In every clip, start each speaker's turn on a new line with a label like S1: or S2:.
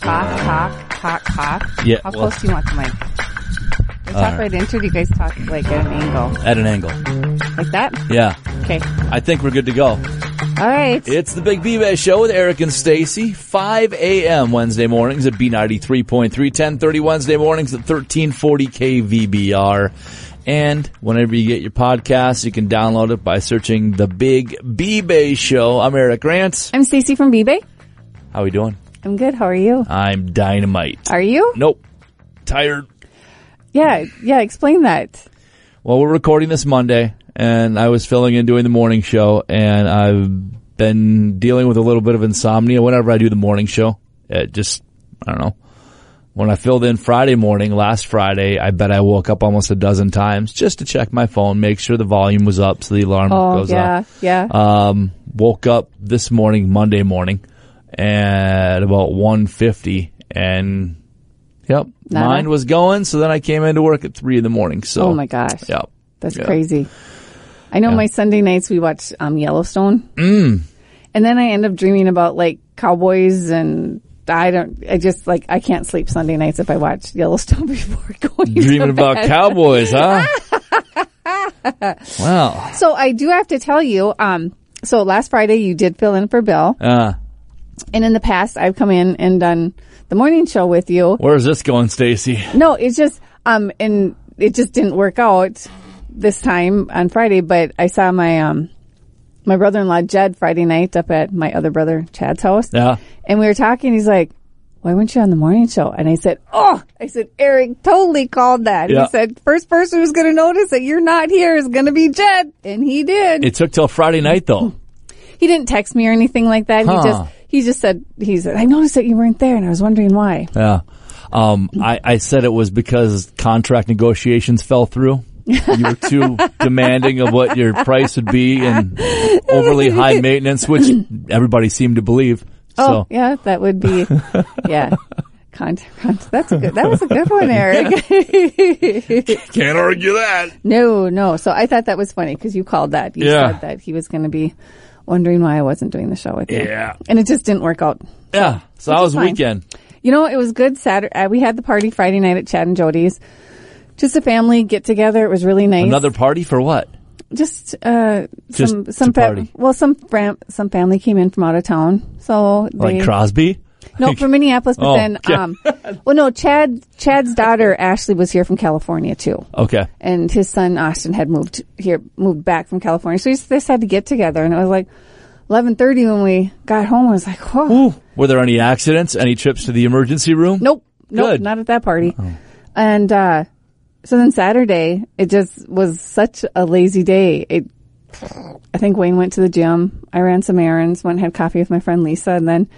S1: Cock, cock, cock, cock.
S2: Yeah,
S1: How
S2: well- uh,
S1: close do you want the mic? Do you
S2: All
S1: talk
S2: right.
S1: right into it? Do you guys talk like at an angle?
S2: at an angle.
S1: Like that?
S2: Yeah.
S1: Okay.
S2: I think we're good to go.
S1: All right.
S2: It's the Big B Bay Show with Eric and Stacy. 5 a.m. Wednesday mornings at B93.3, 1030 Wednesday mornings at 1340 KVBR. And whenever you get your podcast, you can download it by searching the Big B Bay Show. I'm Eric Grant.
S1: I'm Stacy from B-Bay.
S2: How we doing?
S1: I'm good. How are you?
S2: I'm dynamite.
S1: Are you?
S2: Nope. Tired.
S1: Yeah. Yeah. Explain that.
S2: Well, we're recording this Monday, and I was filling in doing the morning show, and I've been dealing with a little bit of insomnia whenever I do the morning show. It just, I don't know. When I filled in Friday morning, last Friday, I bet I woke up almost a dozen times just to check my phone, make sure the volume was up so the alarm
S1: Oh,
S2: goes
S1: yeah.
S2: off.
S1: Yeah.
S2: Um, woke up this morning, Monday morning, at about 1.50, and yep,
S1: Not up.
S2: mine was going, so then I came into work at 3 in the morning, so.
S1: oh my gosh.
S2: Yep.
S1: That's
S2: Yeah.
S1: crazy. I know my Sunday nights we watch um, Yellowstone. Mm. And then I end up dreaming about like cowboys and I don't, I just like, I can't sleep Sunday nights if I watch Yellowstone before going
S2: Dreaming
S1: to
S2: about
S1: bed.
S2: cowboys, huh? wow.
S1: So I do have to tell you, um, so last Friday you did fill in for Bill.
S2: Uh,
S1: And in the past I've come in and done the morning show with you.
S2: where's this going, Stacy?
S1: No, it's just um and it just didn't work out this time on Friday, but I saw my um my brother in law Jed Friday night up at my other brother Chad's house.
S2: Yeah.
S1: And we were talking, he's like, Why weren't you on the morning show? And I said, Oh I said, Eric totally called that.
S2: Yeah.
S1: He said, First person who's gonna notice that you're not here is gonna be Jed and he did.
S2: It took till Friday night, though.
S1: he didn't text me or anything like that.
S2: Huh.
S1: He just he just said he said, I noticed that you weren't there and I was wondering why.
S2: Yeah. Um, I, I said it was because contract negotiations fell through. You were too demanding of what your price would be and overly high maintenance, which everybody seemed to believe.
S1: Oh,
S2: So,
S1: yeah, that would be, yeah. Contact, contact. That's a good. That was a good one, Eric.
S2: can't argue that.
S1: no, no. So I thought that was funny because you called that. You
S2: Yeah.
S1: said that he was going to be wondering why I wasn't doing the show with you.
S2: Yeah.
S1: And it just didn't work out.
S2: Yeah. So that
S1: is
S2: was the
S1: fine.
S2: weekend.
S1: You know, it was good Saturday. uh, We had the party Friday night at Chad and Jody's. Just a family get together. It was really nice.
S2: Another party for what?
S1: just uh
S2: Just
S1: some some
S2: to party.
S1: well some fam- some family came in from out of town so they
S2: Like Crosby?
S1: no from Minneapolis but
S2: Oh,
S1: then
S2: okay.
S1: um well no Chad Chad's daughter Ashley was here from California too
S2: Okay.
S1: and his son Austin had moved here moved back from California so we just, just had to get together and it was like 11:30 when we got home I was like whoa
S2: Were there any accidents? Any trips to the emergency room?
S1: nope nope
S2: Good.
S1: not at that party and uh so then Saturday it just was such a lazy day it I think Wayne went to the gym. I ran some errands, went and had coffee with my friend Lisa, and then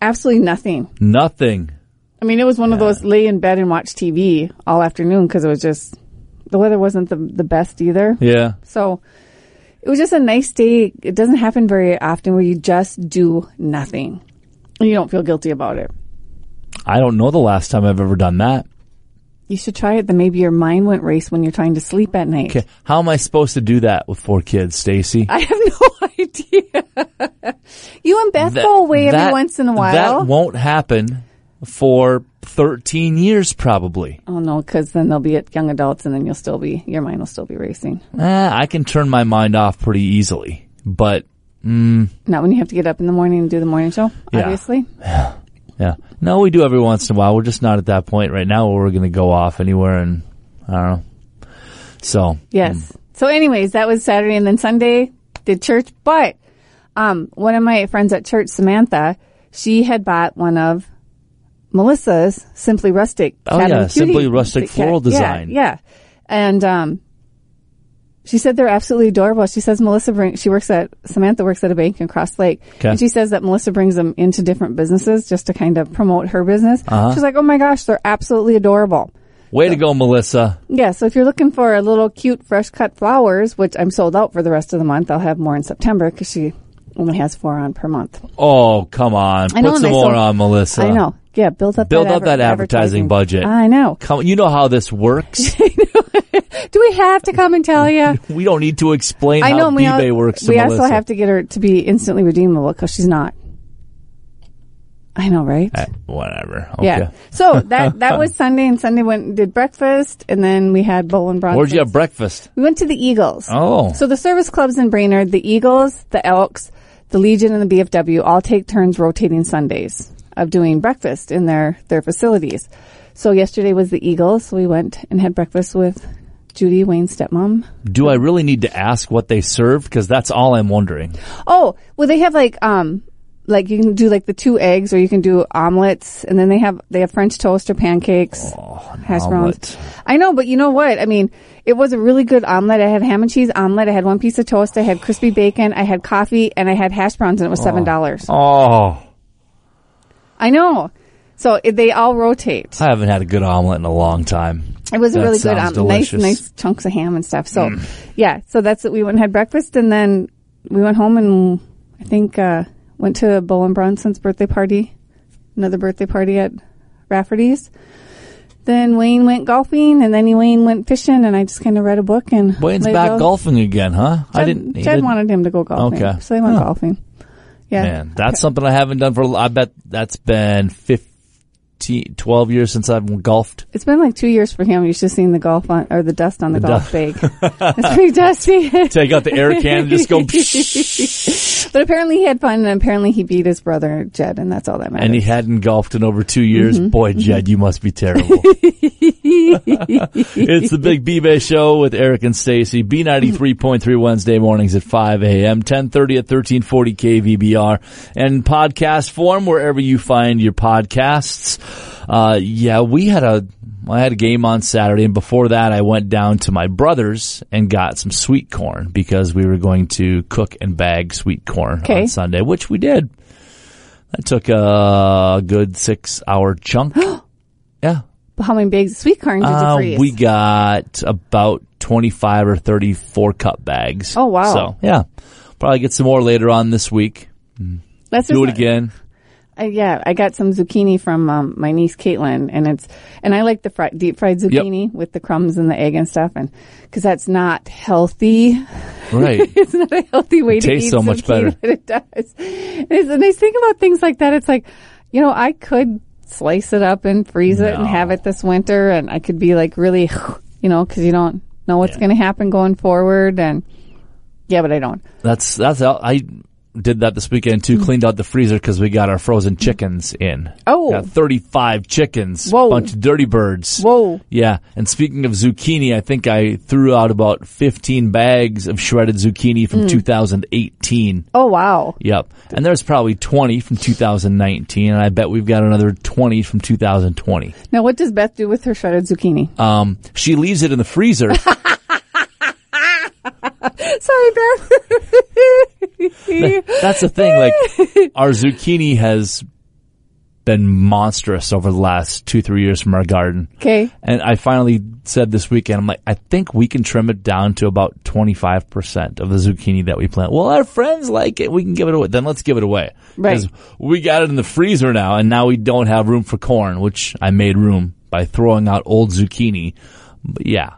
S1: absolutely nothing.
S2: Nothing.
S1: I mean, it was one of those lay in bed and watch TV all afternoon because it was just the weather wasn't the, the best either.
S2: Yeah.
S1: So it was just a nice day. It doesn't happen very often where you just do nothing and you don't feel guilty about it.
S2: I don't know the last time I've ever done that.
S1: You should try it. Then maybe your mind won't race when you're trying to sleep at night.
S2: Okay. How am I supposed to do that with four kids, Stacy?
S1: I have no idea. you and Beth go away every once in a while.
S2: That won't happen for 13 years probably.
S1: Oh no, because then they'll be at young adults, and then you'll still be your mind will still be racing.
S2: Eh, I can turn my mind off pretty easily, but
S1: Not when you have to get up in the morning and do the morning show.
S2: Yeah.
S1: Obviously,
S2: yeah. No, we do every once in a while. We're just not at that point right now where we're going to go off anywhere and I don't know. So,
S1: yes.
S2: Mm.
S1: So, anyways, that was Saturday, and then Sunday did church. But um, one of my friends at church, Samantha, she had bought one of Melissa's Simply Rustic.
S2: Oh,
S1: Saturn
S2: yeah,
S1: Cutie
S2: Simply Rustic floral
S1: Yeah,
S2: design.
S1: Yeah, and um, she said they're absolutely adorable. She says Melissa brings, she works at, Samantha works at a bank in Cross Lake.
S2: Okay.
S1: And she says that Melissa brings them into different businesses just to kind of promote her business.
S2: Uh-huh.
S1: She's like, oh my gosh, they're absolutely adorable.
S2: way to go, Melissa.
S1: Yeah. So if you're looking for a little cute fresh cut flowers, which I'm sold out for the rest of the month, I'll have more in September because she only has four on per month.
S2: Oh, come on.
S1: I know,
S2: Put
S1: and
S2: some
S1: I
S2: more
S1: saw-
S2: on, Melissa.
S1: I know. yeah, build up
S2: Build
S1: that
S2: up that advertising budget.
S1: I know.
S2: Come, you know how this works.
S1: Do we have to come and tell you?
S2: we don't need to explain
S1: I know.
S2: how
S1: and we al-
S2: eBay works. To
S1: we
S2: Melissa.
S1: also have to get her to be instantly redeemable because she's not. I know, right?
S2: Eh, whatever. Okay.
S1: Yeah. So that that was Sunday, and Sunday went and did breakfast, and then we had Bowling Bronson.
S2: Where'd you have breakfast?
S1: We went to the Eagles.
S2: Oh.
S1: So the service clubs in Brainerd, the Eagles, the Elks, the Legion, and the BFW all take turns rotating Sundays of doing breakfast in their, their facilities. So yesterday was the Eagles. So we went and had breakfast with Judy, Wayne's stepmom.
S2: Do I really need to ask what they served? Because that's all I'm wondering.
S1: Oh, well, they have like, um, like you can do like the two eggs or you can do omelets and then they have, they have French toast or pancakes. hash browns.
S2: omelet.
S1: I know, but you know what? I mean, it was a really good omelet. I had ham and cheese omelet. I had one piece of toast. I had crispy bacon. I had coffee and I had hash browns and it was $7.
S2: Oh,
S1: I know. So it, they all rotate.
S2: I haven't had a good omelet in a long time.
S1: It was a
S2: That
S1: really good,
S2: sounds
S1: um, nice,
S2: delicious. Mm.
S1: nice chunks of ham and stuff. So, yeah. So that's it. We went and had breakfast, and then we went home, and I think uh, went to Bull and Bronson's birthday party, another birthday party at Rafferty's. Then Wayne went golfing, and then he Wayne went fishing, and I just kind of read a book and
S2: Wayne's
S1: laid
S2: back
S1: low.
S2: golfing again, huh? I
S1: Ted-
S2: didn't. he
S1: Ted
S2: didn't-
S1: wanted him to go golfing,
S2: Okay. Oh.
S1: so they went golfing. Yeah,
S2: Man, that's something I haven't done for. a l- I bet that's been 15, 12 years since I've golfed.
S1: it's been like two years for him. You should have seen the golf on or the dust on the, golf bag. it's pretty dusty.
S2: Take out the air can and just go.
S1: But apparently he had fun, and apparently he beat his brother Jed, and that's all that matters.
S2: and he hadn't golfed in over two years. Boy, Jed, you must be terrible. it's the Big B-Bay Show with Eric and Stacy. B93.3 Wednesday mornings at 5 a.m., 1030 at 1340 KVBR, and podcast form wherever you find your podcasts. Uh, yeah, we had a, I had a game on Saturday, and before that, I went down to my brother's and got some sweet corn because we were going to cook and bag sweet corn
S1: Okay.
S2: on Sunday, which we did. That took a good six hour chunk. yeah.
S1: But How many bags of sweet corn did you
S2: Uh,
S1: freeze?
S2: we got about 25 or 34 cup bags.
S1: Oh, wow.
S2: So, yeah. Probably get some more later on this week.
S1: That's
S2: Do it
S1: just-
S2: again.
S1: I- yeah, I got some zucchini from um, my niece Caitlin, and it's and I like the fri- deep fried zucchini with the crumbs and the egg and stuff, and because that's not healthy.
S2: Right.
S1: it's not a healthy way to
S2: tastes
S1: eat
S2: so much
S1: zucchini,
S2: better.
S1: but it does. And It's the nice thing about things like that. It's like, you know, I could slice it up and freeze it and
S2: No.
S1: have it this winter, and I could be like really, you know, because you don't know what's
S2: Yeah.
S1: going to happen going forward, and yeah, but I don't.
S2: That's that's how I did that this weekend
S1: Hmm.
S2: too. Cleaned out the freezer because we got our frozen chickens in.
S1: Oh.
S2: got thirty five chickens,
S1: Whoa.
S2: bunch of dirty birds.
S1: Whoa.
S2: yeah. And speaking of zucchini, I think I threw out about fifteen bags of shredded zucchini
S1: Hmm.
S2: from two thousand eighteen.
S1: Oh wow,
S2: Yep, and there's probably twenty from two thousand nineteen, and I bet we've got another twenty from two thousand twenty.
S1: now what does Beth do with her shredded zucchini?
S2: Um, she leaves it in the freezer.
S1: Sorry, Beth.
S2: That's the thing. Like our zucchini has been monstrous over the last two, three years from our garden.
S1: Okay,
S2: And I finally said this weekend, I'm like, I think we can trim it down to about 25% of the zucchini that we plant. Well, our friends like it. We can give it away. Then let's give it away.
S1: Right.
S2: 'Cause we got it in the freezer now and now we don't have room for corn, which I made room by throwing out old zucchini. But yeah.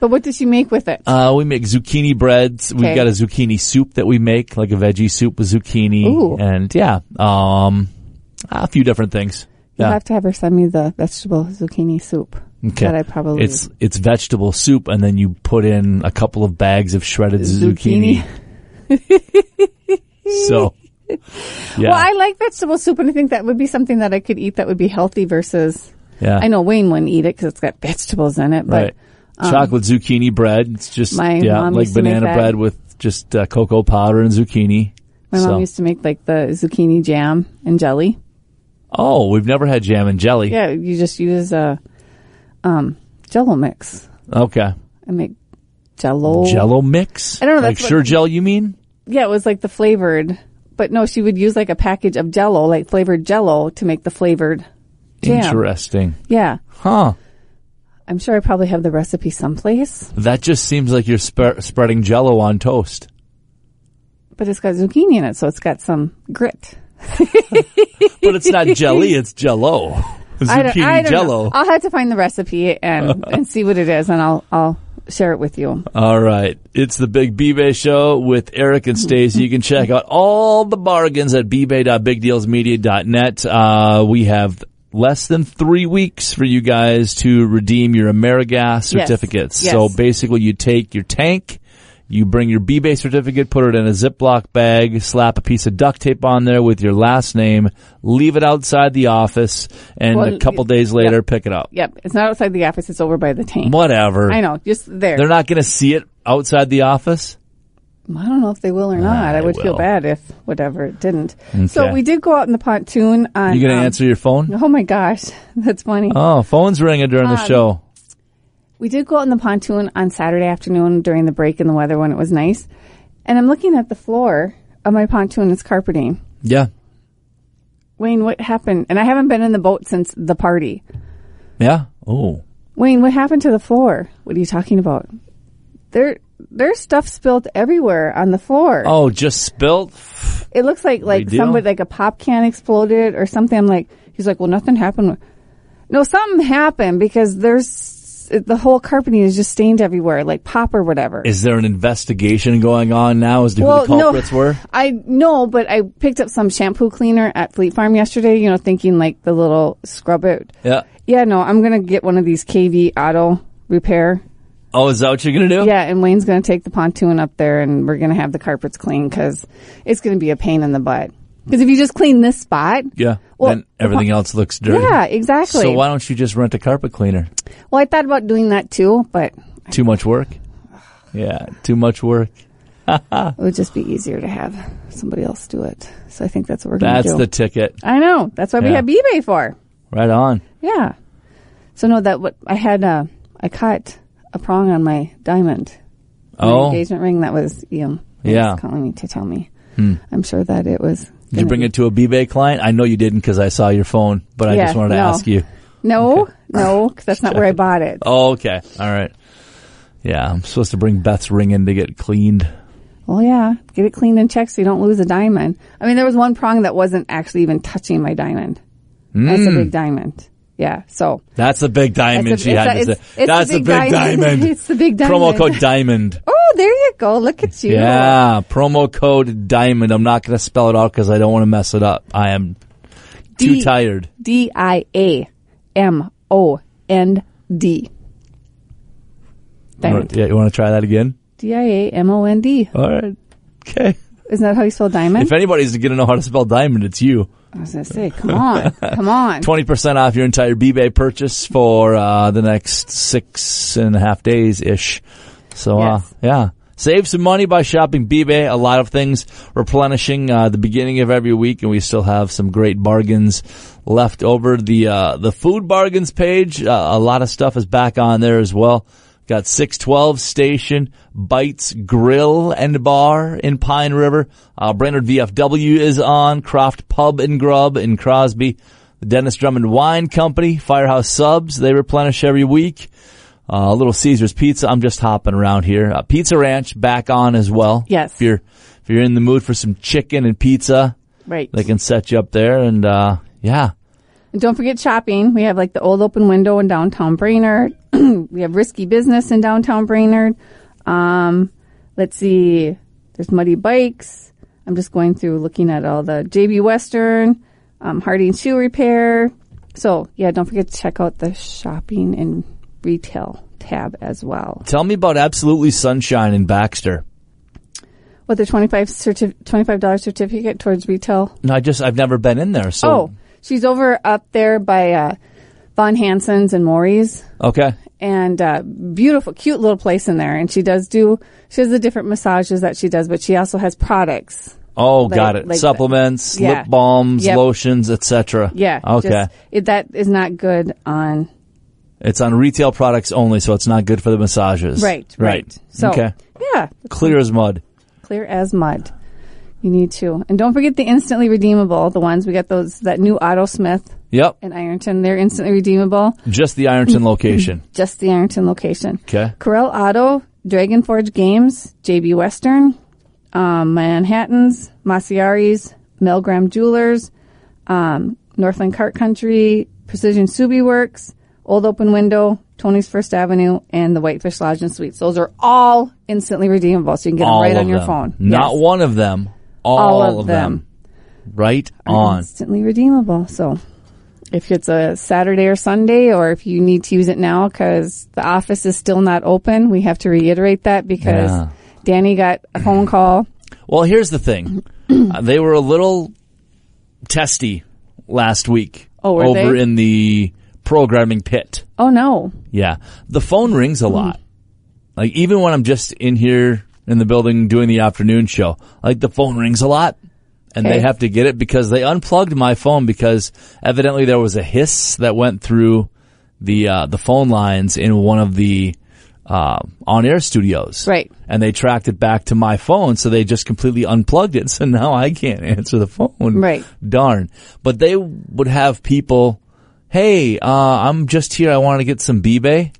S1: but what does she make with it?
S2: Uh, we make zucchini breads.
S1: Okay.
S2: We've got a zucchini soup that we make, like a veggie soup with zucchini.
S1: Ooh.
S2: And yeah, um, a few different things.
S1: You'll
S2: Yeah.
S1: have to have her send me the vegetable zucchini soup that I probably
S2: it's it's vegetable soup, and then you put in a couple of bags of shredded zucchini. so, yeah,
S1: Well, I like vegetable soup, and I think that would be something that I could eat that would be healthy versus.
S2: yeah,
S1: I know Wayne wouldn't eat it because it's got vegetables in it, but um,
S2: right. Chocolate zucchini bread. It's just
S1: My
S2: yeah,
S1: mom
S2: like
S1: used to make
S2: banana
S1: that.
S2: bread with just uh, cocoa powder and zucchini.
S1: my
S2: so.
S1: mom used to make like the zucchini jam and jelly.
S2: oh, we've never had jam and jelly.
S1: Yeah, you just use a um, Jello mix
S2: Okay,
S1: and make Jello.
S2: Jello mix.
S1: I don't know,
S2: Like
S1: that's what-
S2: sure gel, you mean?
S1: Yeah, it was like the flavored, but no, she would use like a package of Jello, like flavored Jello, to make the flavored jam.
S2: Interesting,
S1: Yeah,
S2: huh?
S1: I'm sure I probably have the recipe someplace,
S2: That just seems like you're spe- spreading Jello on toast.
S1: but it's got zucchini in it, so it's got some grit.
S2: but it's not jelly, it's jello.
S1: I don't, I
S2: Zucchini
S1: don't
S2: jello.
S1: know. I'll have to find the recipe and, and see what it is, and I'll I'll share it with you.
S2: All right. It's the Big B-Bay Show with Eric and Stacey. You can check out all the bargains at bbay.bigdealsmedia.net. Uh, we have less than three weeks for you guys to redeem your AmeriGas
S1: Yes.
S2: certificates.
S1: Yes.
S2: So basically you take your tank, you bring your B-Bay certificate, put it in a Ziploc bag, slap a piece of duct tape on there with your last name, leave it outside the office, and
S1: Well,
S2: a couple days later pick it up.
S1: Yep, it's not outside the office; it's over by the tank.
S2: Whatever.
S1: I know, just there.
S2: They're not going to see it outside the office.
S1: I don't know if they will or not. I
S2: They
S1: would feel
S2: will.
S1: bad if whatever it didn't. So
S2: Okay.
S1: we did go out in the pontoon on.
S2: You gonna
S1: um,
S2: answer your phone?
S1: Oh my gosh, that's funny.
S2: Oh, phone's ringing during
S1: Um,
S2: the show.
S1: We did go out in the pontoon on Saturday afternoon during the break in the weather when it was nice. And I'm looking at the floor of my pontoon; it's carpeting.
S2: Yeah,
S1: Wayne, what happened? And I haven't been in the boat since the party.
S2: yeah. Oh,
S1: Wayne, what happened to the floor? What are you talking about? There, there's stuff spilled everywhere on the floor.
S2: oh, just spilt.
S1: It looks like like
S2: Big deal.
S1: somebody like a pop can exploded or something. I'm like, he's like, well, nothing happened. No, something happened because there's the whole carpeting is just stained everywhere, like pop or whatever.
S2: Is there an investigation going on now as to who the culprits were?
S1: I know, but I picked up some shampoo cleaner at Fleet Farm yesterday. You know, thinking like the little scrub it.
S2: Yeah.
S1: Yeah, no, I'm gonna get one of these KV Auto repair
S2: Oh, is that what you're gonna do?
S1: Yeah, and Wayne's going to take the pontoon up there, and we're going to have the carpets clean because it's going to be a pain in the butt. Because if you just clean this spot,
S2: Yeah.
S1: Well,
S2: then everything else looks dirty.
S1: yeah, exactly.
S2: So why don't you just rent a carpet cleaner?
S1: well, I thought about doing that too, but it
S2: Too much work. Yeah, too much work.
S1: would just be easier to have somebody else do it. So I think that's what we're going to
S2: That's
S1: do.
S2: the ticket.
S1: I know. That's what we
S2: Yeah.
S1: have eBay for.
S2: Right on.
S1: Yeah. So no, that what I had. Uh, I cut a prong on my diamond. My
S2: Oh, did
S1: engagement ring. That was Ian. who
S2: Yeah. Hmm.
S1: was calling me to tell me. I'm sure that it was.
S2: you bring it to a B-Bay client? I know you didn't because I saw your phone, but I
S1: Yeah,
S2: just wanted to
S1: no.
S2: ask you.
S1: No, no, 'cause that's not where I bought it.
S2: Oh, okay. All right. Yeah, I'm supposed to bring Beth's ring in to get cleaned.
S1: Well, yeah, get it cleaned and checked so you don't lose a diamond. I mean, there was one prong that wasn't actually even touching my diamond. That's
S2: Hmm.
S1: a big diamond. Yeah, so
S2: That's the big diamond
S1: That's a-
S2: she
S1: it's
S2: had.
S1: a-
S2: to
S1: it's-
S2: say.
S1: it's
S2: That's
S1: the
S2: the
S1: big
S2: big,
S1: diamond.
S2: diamond.
S1: It's the big diamond.
S2: Promo code diamond.
S1: oh, there you go. Look at you.
S2: Yeah, promo code diamond. I'm not going to spell it out because I don't want to mess it up. I am too
S1: D-
S2: tired.
S1: D I A M O N D.
S2: You
S1: Diamond.
S2: want, yeah, you want to try that again?
S1: D I A M O N D.
S2: All right. Okay.
S1: Isn't that how you spell diamond?
S2: If anybody's going to know how to spell diamond, it's you.
S1: I was gonna say, come on, come on.
S2: 20% off your entire B-Bay purchase for uh, the next six and a half days ish. So,
S1: Yes.
S2: uh, yeah. Save some money by shopping B-Bay. A lot of things replenishing uh, the beginning of every week, and we still have some great bargains left over. The uh, the food bargains page, uh, a lot of stuff is back on there as well. Got 612 Station, Bites Grill and Bar in Pine River. Uh, Brainerd VFW is on, Croft Pub and Grub in Crosby. The Dennis Drummond Wine Company, Firehouse Subs, they replenish every week. Uh, Little Caesars Pizza, I'm just hopping around here. Uh, pizza Ranch back on as well.
S1: Yes.
S2: If you're, if you're in the mood for some chicken and pizza,
S1: Right.
S2: they can set you up there and, uh, yeah.
S1: And don't forget shopping. We have like the old open window in downtown Brainerd. we have risky business in downtown Brainerd. Um, let's see. There's muddy bikes. I'm just going through looking at all the JB Western, um, Harding Shoe Repair. So yeah, don't forget to check out the shopping and retail tab as well.
S2: Tell me about Absolutely Sunshine in Baxter.
S1: With the 25 certi- $25 certificate towards retail
S2: No, I just, I've never been in there. So,
S1: Oh, she's over up there by uh, Von Hansen's and Maury's,
S2: okay.
S1: and uh, beautiful, cute little place in there. And she does do she has the different massages that she does, but she also has products.
S2: Oh, got it.
S1: like the-
S2: Supplements,
S1: yeah.
S2: lip balms,
S1: Yep.
S2: lotions, etc.
S1: Yeah.
S2: Okay.
S1: just- it, that is not good on
S2: It's on retail products only, so it's not good for the massages.
S1: right, right. So
S2: okay.
S1: yeah,
S2: Clear as mud.
S1: clear as mud. You need to, and don't forget the instantly redeemable. The ones we got those that new Auto Smith
S2: Yep.
S1: in Ironton, they're instantly redeemable.
S2: Just the Ironton location.
S1: Just the Ironton location.
S2: Okay.
S1: Corel Auto, Dragon Forge Games, JB Western, um, Manhattan's, Masiari's, Milgram Jewelers, um, Northland Cart Country, Precision Subi Works, Old Open Window, Tony's First Avenue, and the Whitefish Lodge and Suites. Those are all instantly redeemable, so you can get
S2: all
S1: them right
S2: of
S1: on your
S2: them.
S1: phone.
S2: Not
S1: Yes.
S2: one of them. All, of, them. Right on.
S1: Instantly redeemable. So if it's a Saturday or Sunday, or if you need to use it now because the office is still not open, we have to reiterate that because
S2: Yeah.
S1: Danny got a phone call.
S2: Well, here's the thing. Uh, they were a little testy last week
S1: Oh, were
S2: over
S1: they?
S2: in the programming pit.
S1: Oh no.
S2: Yeah. The phone rings a lot. Like even when I'm just in here in the building doing the afternoon show, like the phone rings a lot and
S1: Okay.
S2: they have to get it because they unplugged my phone because evidently there was a hiss that went through the uh, the phone lines in one of the uh, on air studios.
S1: Right.
S2: And they tracked it back to my phone, so they just completely unplugged it. So now I can't answer the phone.
S1: Right.
S2: Darn. But they would have people, hey, uh, I'm just here. I want to get some B-Bay.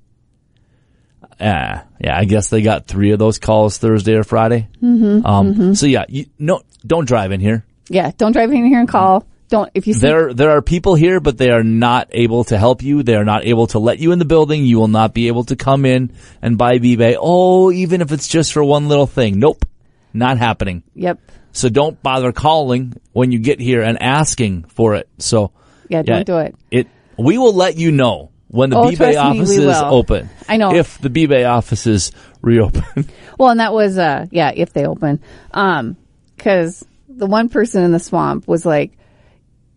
S2: Ah, yeah, I guess they got three of those calls Thursday or Friday. Mm-hmm, um, So yeah, you, no, don't drive in here.
S1: Yeah. Don't drive in here and call. Don't if you see
S2: There, there are people here, but they are not able to help you. They are not able to let you in the building. You will not be able to come in and buy eBay. Oh, even if it's just for one little thing. Nope, not happening.
S1: Yep.
S2: So don't bother calling when you get here and asking for it. So
S1: Yeah, don't do it.
S2: It we will let you know when the
S1: Oh,
S2: B-Bay
S1: trust me, we
S2: office is
S1: will.
S2: open.
S1: I know.
S2: if the B-Bay office is reopened.
S1: Well, and that was uh yeah, if they open. Um cuz the one person in the swamp was like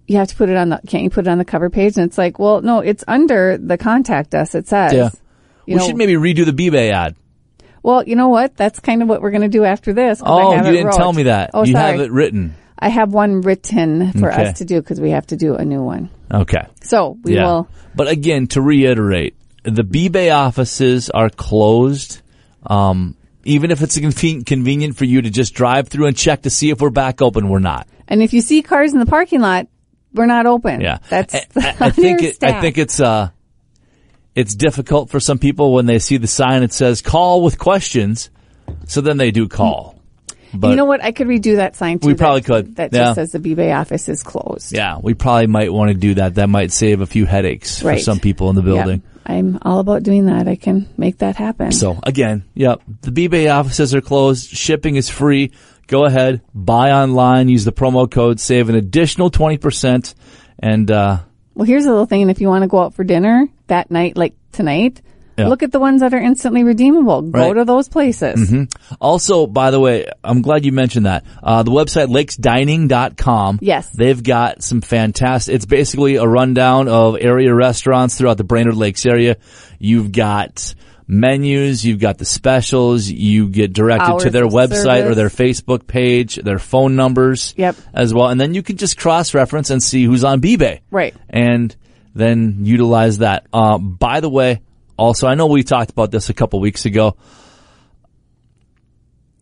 S1: you have to put it on the can't you put it on the cover page and it's like, well, no, it's under the contact us it says.
S2: yeah,
S1: You
S2: we
S1: know-
S2: should maybe redo the B-Bay ad.
S1: Well, you know what? That's kind of what we're going to do after this. 'cause I
S2: Oh,
S1: have
S2: you
S1: it
S2: didn't
S1: wrote.
S2: tell me that.
S1: Oh,
S2: you
S1: sorry.
S2: have it written.
S1: I have one written for
S2: Okay.
S1: us to do because we have to do a new one.
S2: Okay.
S1: So we
S2: yeah.
S1: will.
S2: But again, to reiterate, the B-Bay offices are closed. Um, even if it's conven- convenient for you to just drive through and check to see if we're back open, we're not.
S1: And if you see cars in the parking lot, we're not open.
S2: Yeah,
S1: that's
S2: I, I- I think it, I think it's uh, it's difficult for some people when they see the sign. It says "call with questions," so then they do call. But
S1: you know what? I could redo that sign too.
S2: We
S1: that-
S2: probably could.
S1: That
S2: Yeah.
S1: just says the B-Bay office is closed.
S2: yeah, we probably might want to do that. That might save a few headaches
S1: Right.
S2: for some people in the building.
S1: Yep. I'm all about doing that. I can make that happen.
S2: So again, yep, the B-Bay offices are closed. Shipping is free. Go ahead, buy online, use the promo code, save an additional twenty percent, and uh,
S1: Well, here's a little thing. And if you want to go out for dinner that night, like tonight,
S2: Yeah.
S1: look at the ones that are instantly redeemable.
S2: Right. Mm-hmm.
S1: Go to those places.
S2: Also, by the way, I'm glad you mentioned that. Uh, the website lakesdining.com.
S1: Yes.
S2: They've got some fantastic, it's basically a rundown of area restaurants throughout the Brainerd Lakes area. You've got menus, you've got the specials, you get directed
S1: Hours
S2: to their
S1: of
S2: website or
S1: service.
S2: their Facebook page, their phone numbers.
S1: Yep.
S2: As well. And then you can just cross reference and see who's on B-Bay
S1: Right.
S2: and then utilize that. Uh, by the way, also, I know we talked about this a couple weeks ago.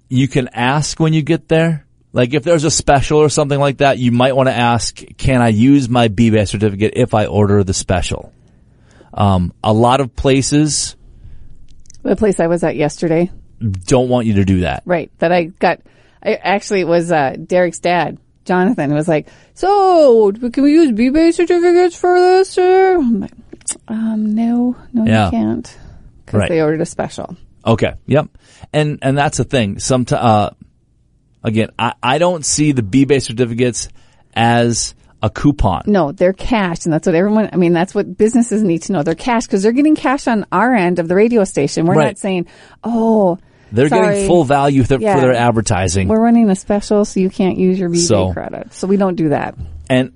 S2: You can ask when you get there. Like if there's a special or something like that, you might want to ask, can I use my B-Bay certificate if I order the special? Um, a lot of places
S1: The place I was at yesterday.
S2: don't want you to do that.
S1: Right. That I got. I actually it was uh, Derek's dad, Jonathan, was like, "So can we use B-Bay certificates for this?" Sir? I'm like, um, no, no,
S2: Yeah.
S1: you can't, because
S2: Right.
S1: they ordered a special.
S2: Okay. Yep. And and that's the thing. Sometimes, uh, again, I, I don't see the B-Bay certificates as a coupon.
S1: No, they're cash, and that's what everyone. I mean, that's what businesses need to know. They're cash because they're getting cash on our end of the radio station. We're
S2: Right.
S1: not saying, "Oh,
S2: They're
S1: sorry,
S2: getting full value th-
S1: Yeah.
S2: for their advertising.
S1: We're running a special, so you can't use your B-Bay
S2: So-
S1: credit." So we don't do that.
S2: and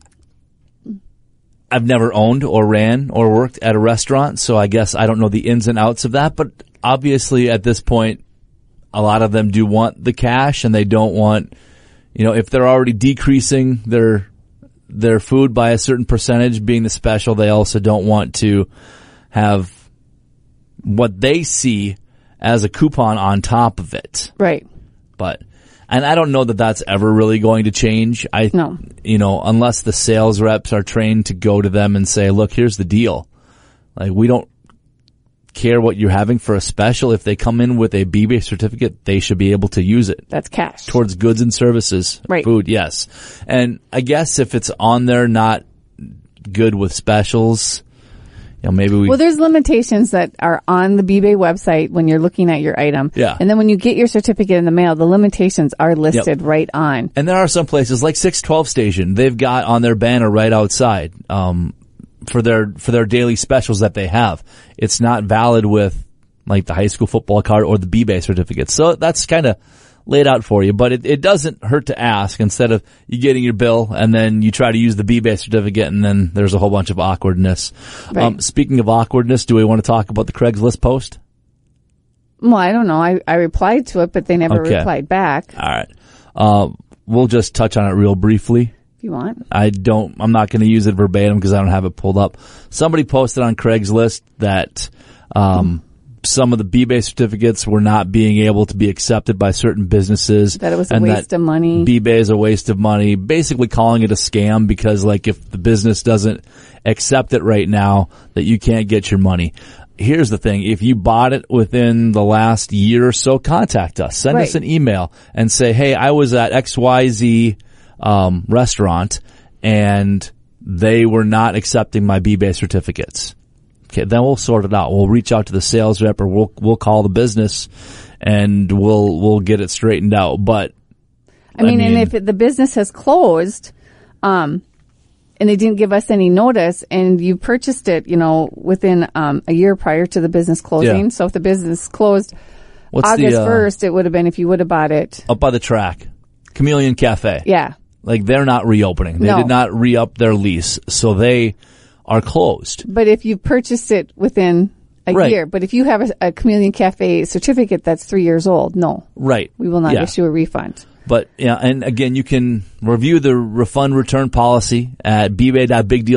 S2: I've never owned or ran or worked at a restaurant, so I guess I don't know the ins and outs of that. But obviously, at this point, a lot of them do want the cash, and they don't want, you know, if they're already decreasing their their food by a certain percentage being the special, they also don't want to have what they see as a coupon on top of it.
S1: Right.
S2: but and I don't know that that's ever really going to change. I
S1: No.
S2: you know, unless the sales reps are trained to go to them and say, "Look, here's the deal. Like we don't care what you're having for a special. If they come in with a BB certificate, they should be able to use it
S1: That's cash.
S2: towards goods and services.
S1: Right.
S2: Food, yes. And I guess if it's on there not good with specials, you know, maybe we
S1: Well, there's limitations that are on the BBay website when you're looking at your item.
S2: Yeah.
S1: And then when you get your certificate in the mail, the limitations are listed right on.
S2: And there are some places like 612 station, they've got on their banner right outside, um, for their, for their daily specials that they have. It's not valid with like the high school football card or the B-Bay certificate. So that's kind of laid out for you, but it, it doesn't hurt to ask instead of you getting your bill and then you try to use the B-Bay certificate and then there's a whole bunch of awkwardness. Um,
S1: Right.
S2: speaking of awkwardness, do we want to talk about the Craigslist post?
S1: Well, I don't know. I, I replied to it, but they never
S2: Okay.
S1: replied back.
S2: All right. Uh, we'll just touch on it real briefly.
S1: If you want.
S2: I don't, I'm not going to use it verbatim because I don't have it pulled up. Somebody posted on Craigslist that, um, some of the B-Bay certificates were not being able to be accepted by certain businesses.
S1: That it was a
S2: and
S1: waste
S2: that
S1: of money.
S2: B-Bay is a waste of money, basically calling it a scam because like if the business doesn't accept it right now, that you can't get your money. Here's the thing. If you bought it within the last year or so, contact us. Send us
S1: Right.
S2: an email and say, Hey, I was at XYZ, um, restaurant and they were not accepting my B-Bay certificates. Okay, then we'll sort it out. We'll reach out to the sales rep or we'll, we'll call the business and we'll, we'll get it straightened out. But
S1: I mean,
S2: mean-
S1: and if it, the business has closed, um, and they didn't give us any notice, and you purchased it, you know, within um, a year prior to the business closing.
S2: Yeah.
S1: So if the business closed
S2: What's
S1: August
S2: the, uh,
S1: first, it would have been if you would have bought it.
S2: up by the track, Chameleon Cafe.
S1: Yeah,
S2: Like they're not reopening. They
S1: No.
S2: did not re-up their lease, so they are closed.
S1: but if you purchased it within a
S2: Right.
S1: year, but if you have a, a Chameleon Cafe certificate that's three years old, no,
S2: Right.
S1: we will not
S2: Yeah.
S1: issue a refund.
S2: But yeah, and again, you can review the refund return policy at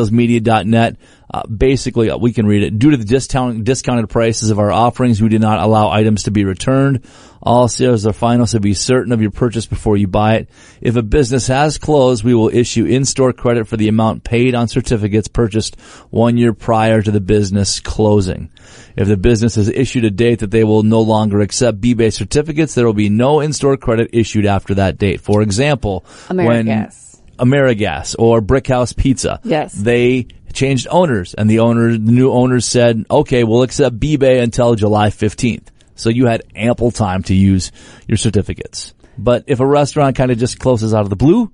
S2: bbay.bigdealsmedia.net. Uh, basically, uh, we can read it. Due to the discount, discounted prices of our offerings, we do not allow items to be returned. All sales are final, so be certain of your purchase before you buy it. If a business has closed, we will issue in-store credit for the amount paid on certificates purchased one year prior to the business closing. If the business has issued a date that they will no longer accept B-Bay certificates, there will be no in-store credit issued after that date. For example, when
S1: Amerigas.
S2: Amerigas or Brickhouse Pizza,
S1: Yes.
S2: they changed owners and the owner, the new owners said, okay, we'll accept B-Bay until July 15th. So you had ample time to use your certificates. But if a restaurant kind of just closes out of the blue,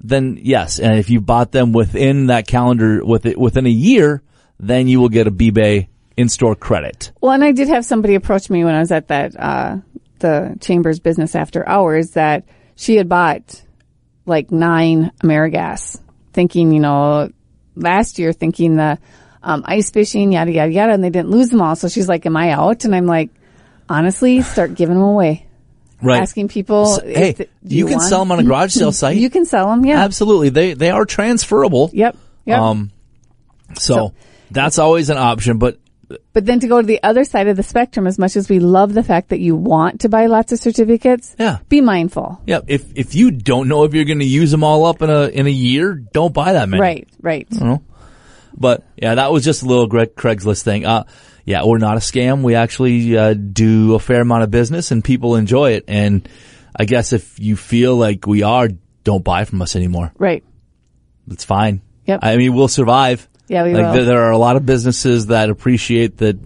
S2: then yes. And if you bought them within that calendar with it, within a year, then you will get a B-Bay in-store credit.
S1: Well, and I did have somebody approach me when I was at that uh, the chamber's business after hours that she had bought like nine Amerigas, thinking you know last year thinking the um, ice fishing yada yada yada, and they didn't lose them all. So she's like, "Am I out?" And I'm like, honestly, start giving them away,
S2: Right.
S1: asking people. if
S2: hey,
S1: th- do
S2: you, can
S1: want-
S2: sell them on a garage sale site.
S1: You can sell them. Yeah.
S2: Absolutely. They, they are transferable.
S1: Yep. Yep.
S2: Um, so, that's always an option, but
S1: But then to go to the other side of the spectrum, as much as we love the fact that you want to buy lots of certificates,
S2: Yeah.
S1: be mindful.
S2: yeah, if if you don't know if you're going to use them all up in a in a year, don't buy that many.
S1: Right, right.
S2: But yeah, that was just a little Greg, Craigslist thing. Uh, yeah, we're not a scam. We actually uh, do a fair amount of business, and people enjoy it. And I guess if you feel like we are, don't buy from us anymore.
S1: Right.
S2: It's fine.
S1: Yep.
S2: I mean, we'll survive.
S1: Yeah, we
S2: like,
S1: will.
S2: There, there are a lot of businesses that appreciate that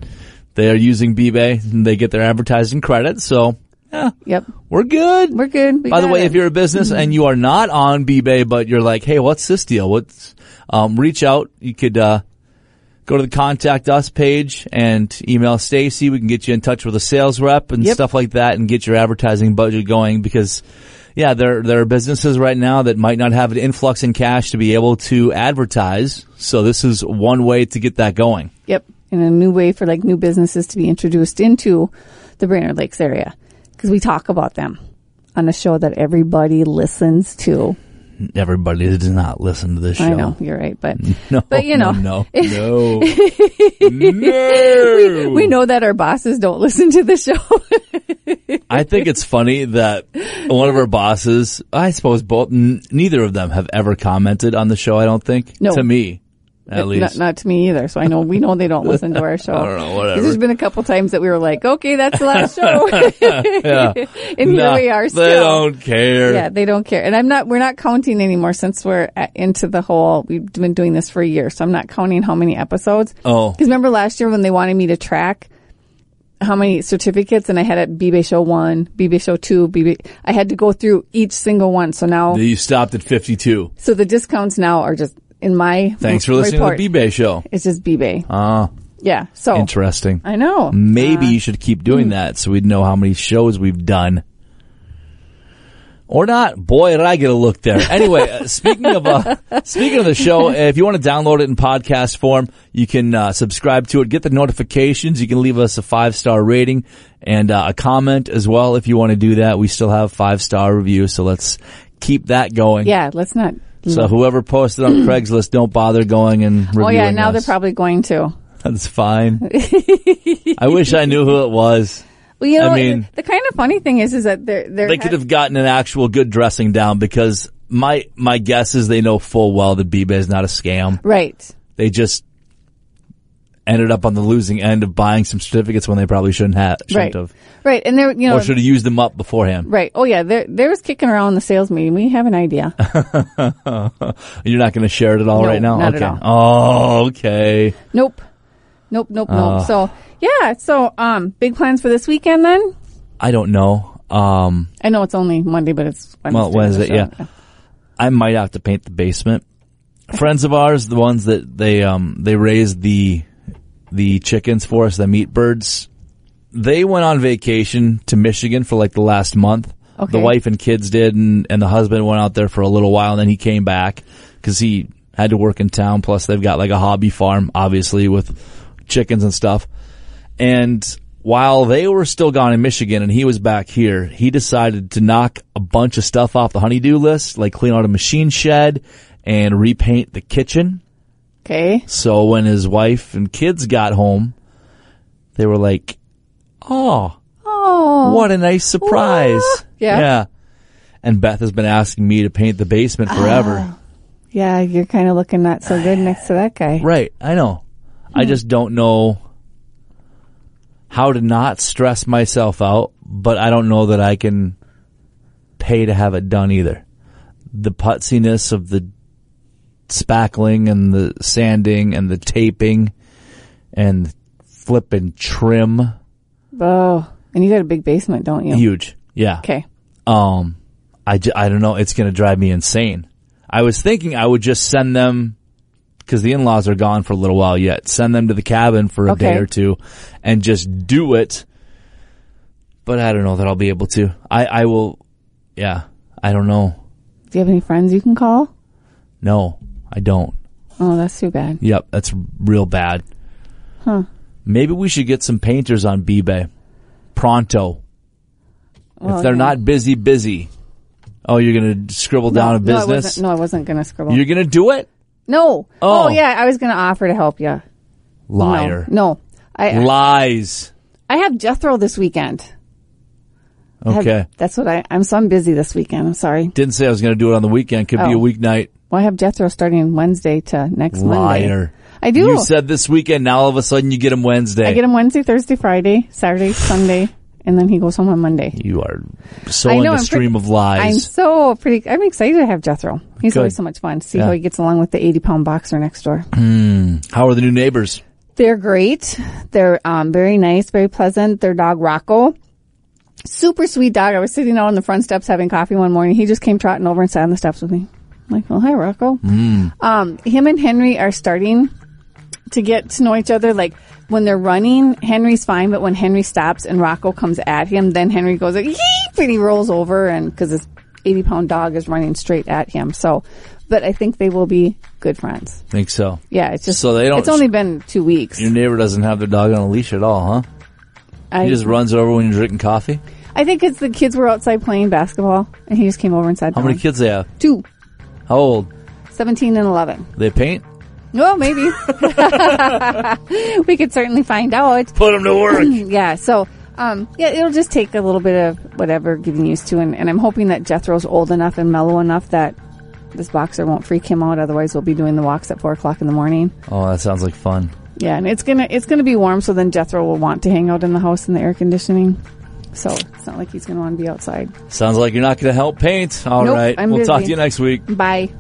S2: they are using B-Bay and they get their advertising credit. So yeah,
S1: Yep.
S2: we're good.
S1: We're good. We
S2: By the
S1: got
S2: way,
S1: it.
S2: if you're a business and you are not on B-Bay, but you're like, hey, what's this deal? What's, um, reach out. You could, uh, go to the contact us page and email Stacy. We can get you in touch with a sales rep and
S1: Yep.
S2: stuff like that and get your advertising budget going because yeah, there, there are businesses right now that might not have an influx in cash to be able to advertise. So this is one way to get that going.
S1: Yep. And a new way for like new businesses to be introduced into the Brainerd Lakes area because we talk about them on a show that everybody listens to.
S2: Everybody does not listen to this show.
S1: I know you're right, but
S2: No,
S1: but you know,
S2: no, no, no. no.
S1: we know that our bosses don't listen to the show.
S2: I think it's funny that one of our bosses, I suppose both, n- neither of them have ever commented on the show. I don't think
S1: No.
S2: to me. at
S1: Not,
S2: least.
S1: not to me either. So I know we know they don't listen to our show.
S2: I don't know, whatever.
S1: There's been a couple times that we were like, okay, that's the last show. and
S2: Nah,
S1: here we are still.
S2: They don't care.
S1: Yeah, they don't care. And I'm not, we're not counting anymore since we're at, into the whole, we've been doing this for a year. So I'm not counting how many episodes.
S2: Oh.
S1: Because remember last year when they wanted me to track how many certificates and I had it BB Show 1, BB Show 2, BB, I had to go through each single one. So now,
S2: You stopped at 52.
S1: so the discounts now are just in my
S2: Thanks for listening
S1: report. Oh.
S2: to the B-Bay show.
S1: It's just BB.
S2: Ah,
S1: Yeah. So
S2: interesting.
S1: I know.
S2: Maybe you should keep doing
S1: Hmm.
S2: that so we'd know how many shows we've done. Or not. Boy, did I get a look there. Anyway, uh, speaking of uh, speaking of the show, uh, if you want to download it in podcast form, you can uh, subscribe to it, get the notifications, you can leave us a five-star rating and uh, a comment as well if you want to do that. We still have five-star reviews, so let's keep that going.
S1: Yeah. Let's not.
S2: So whoever posted on Craigslist, don't bother going and reviewing
S1: Oh yeah. Now
S2: us.
S1: they're probably going to.
S2: That's fine. I wish I knew who it was.
S1: Well, you know,
S2: I mean-
S1: the kind of funny thing is, is that they're, they're
S2: They could have gotten an actual good dressing down because my my guess is they know full well that Biba is not a scam.
S1: right.
S2: They just ended up on the losing end of buying some certificates when they probably shouldn't have shouldn't
S1: Right.
S2: have.
S1: Right. And there, you know,
S2: Or should have used them up beforehand.
S1: Right. Oh yeah. There, there was kicking around in the sales meeting. We have an idea.
S2: You're not going to share it at
S1: Mm.
S2: all
S1: No,
S2: right now.
S1: not at
S2: okay. Oh, okay.
S1: nope. Nope. Nope.
S2: Ah.
S1: Nope. So yeah. So um, big plans for this weekend then.
S2: I don't know. Um,
S1: I know it's only Monday, but it's Wednesday.
S2: Well, Wednesday,
S1: so-
S2: yeah. I might have to paint the basement. Friends of ours, the ones that they um they raised the the chickens for us, the meat birds. They went on vacation to Michigan for like the last month.
S1: Okay.
S2: The wife and kids did, and, and the husband went out there for a little while, and then he came back because he had to work in town. Plus, they've got like a hobby farm, obviously, with chickens and stuff. And while they were still gone in Michigan and he was back here, he decided to knock a bunch of stuff off the honeydew list, like clean out a machine shed and repaint the kitchen.
S1: Okay.
S2: So when his wife and kids got home, they were like, Oh,
S1: Oh.
S2: what a nice surprise.
S1: Yeah.
S2: Yeah. And Beth has been asking me to paint the basement forever.
S1: Yeah, you're kind of looking not so good next to that guy.
S2: Right. I know. I just don't know how to not stress myself out, but I don't know that I can pay to have it done either. The putziness of the spackling and the sanding and the taping and the flipping trim.
S1: Oh, and you got a big basement, don't you?
S2: Huge. Yeah.
S1: okay.
S2: um, I, ju- I don't know. It's going to drive me insane. I was thinking I would just send them because the in-laws are gone for a little while yet. Send them to the cabin for a day
S1: Okay.
S2: or two and just do it. But I don't know that I'll be able to. I, I will. Yeah. I don't know.
S1: Do you have any friends you can call?
S2: No, I don't.
S1: Oh, that's too bad.
S2: Yep. That's real bad. Huh. Maybe we should get some painters on B-Bay. Pronto. if
S1: Well,
S2: they're
S1: yeah.
S2: not busy, busy. Oh, you're going to scribble
S1: No,
S2: down a
S1: no, I
S2: business?
S1: wasn't- No, I wasn't going to scribble.
S2: You're gonna do it?
S1: no.
S2: Oh.
S1: yeah, I was going to offer to help you.
S2: Liar.
S1: No. no. I
S2: Lies.
S1: I have Jethro this weekend. I have-
S2: Okay.
S1: that's what I, I'm, so I'm busy this weekend. I'm sorry.
S2: Didn't say I was gonna do it on the weekend. Could be a
S1: Oh.
S2: weeknight.
S1: Well, I have Jethro starting Wednesday to next Monday.
S2: Liar.
S1: I do.
S2: You said this weekend. Now all of a sudden you get him Wednesday.
S1: I get him Wednesday, Thursday, Friday, Saturday, Sunday, and then he goes home on Monday.
S2: you are sowing
S1: I know,
S2: a
S1: I'm
S2: stream
S1: pretty-
S2: of
S1: I'm
S2: lies.
S1: so pretty. I'm excited to have Jethro. He's
S2: Good.
S1: always so much fun. See
S2: Yeah.
S1: how he gets along with the 80 pound boxer next door.
S2: How are the new neighbors?
S1: They're great. They're um, very nice, very pleasant. Their dog Rocco, super sweet dog. I was sitting out on the front steps having coffee one morning. He just came trotting over and sat on the steps with me. I'm like, well, hi Rocco.
S2: Mm.
S1: Um, him and Henry are starting to get to know each other. Like when they're running, Henry's fine, but when Henry stops and Rocco comes at him, then Henry goes like, "Yeep," and he rolls over, and because this 80 pound dog is running straight at him. So, but I think they will be good friends.
S2: think so.
S1: Yeah, it's just
S2: So they don't-
S1: It's only been two weeks.
S2: Your neighbor doesn't have their dog on a leash at all, huh?
S1: I,
S2: He just runs over when you're drinking coffee.
S1: I think it's the kids were outside playing basketball, and he just came over and sat
S2: How
S1: down.
S2: many kids they have?
S1: Two,
S2: How old?
S1: 17 and 11.
S2: They paint?
S1: Well, maybe. we could certainly find out.
S2: Put them to work.
S1: Yeah, so, um, yeah, it'll just take a little bit of whatever getting used to, and, and I'm hoping that Jethro's old enough and mellow enough that This boxer won't freak him out. Otherwise, we'll be doing the walks at four o'clock in the morning.
S2: Oh, that sounds like fun.
S1: Yeah, and it's gonna it's gonna be warm, so then Jethro will want to hang out in the house in the air conditioning. So it's not like he's gonna want to be outside.
S2: Sounds like you're not going to help paint. All
S1: Nope, I'm
S2: we'll talk to
S1: busy.
S2: you next week.
S1: Bye.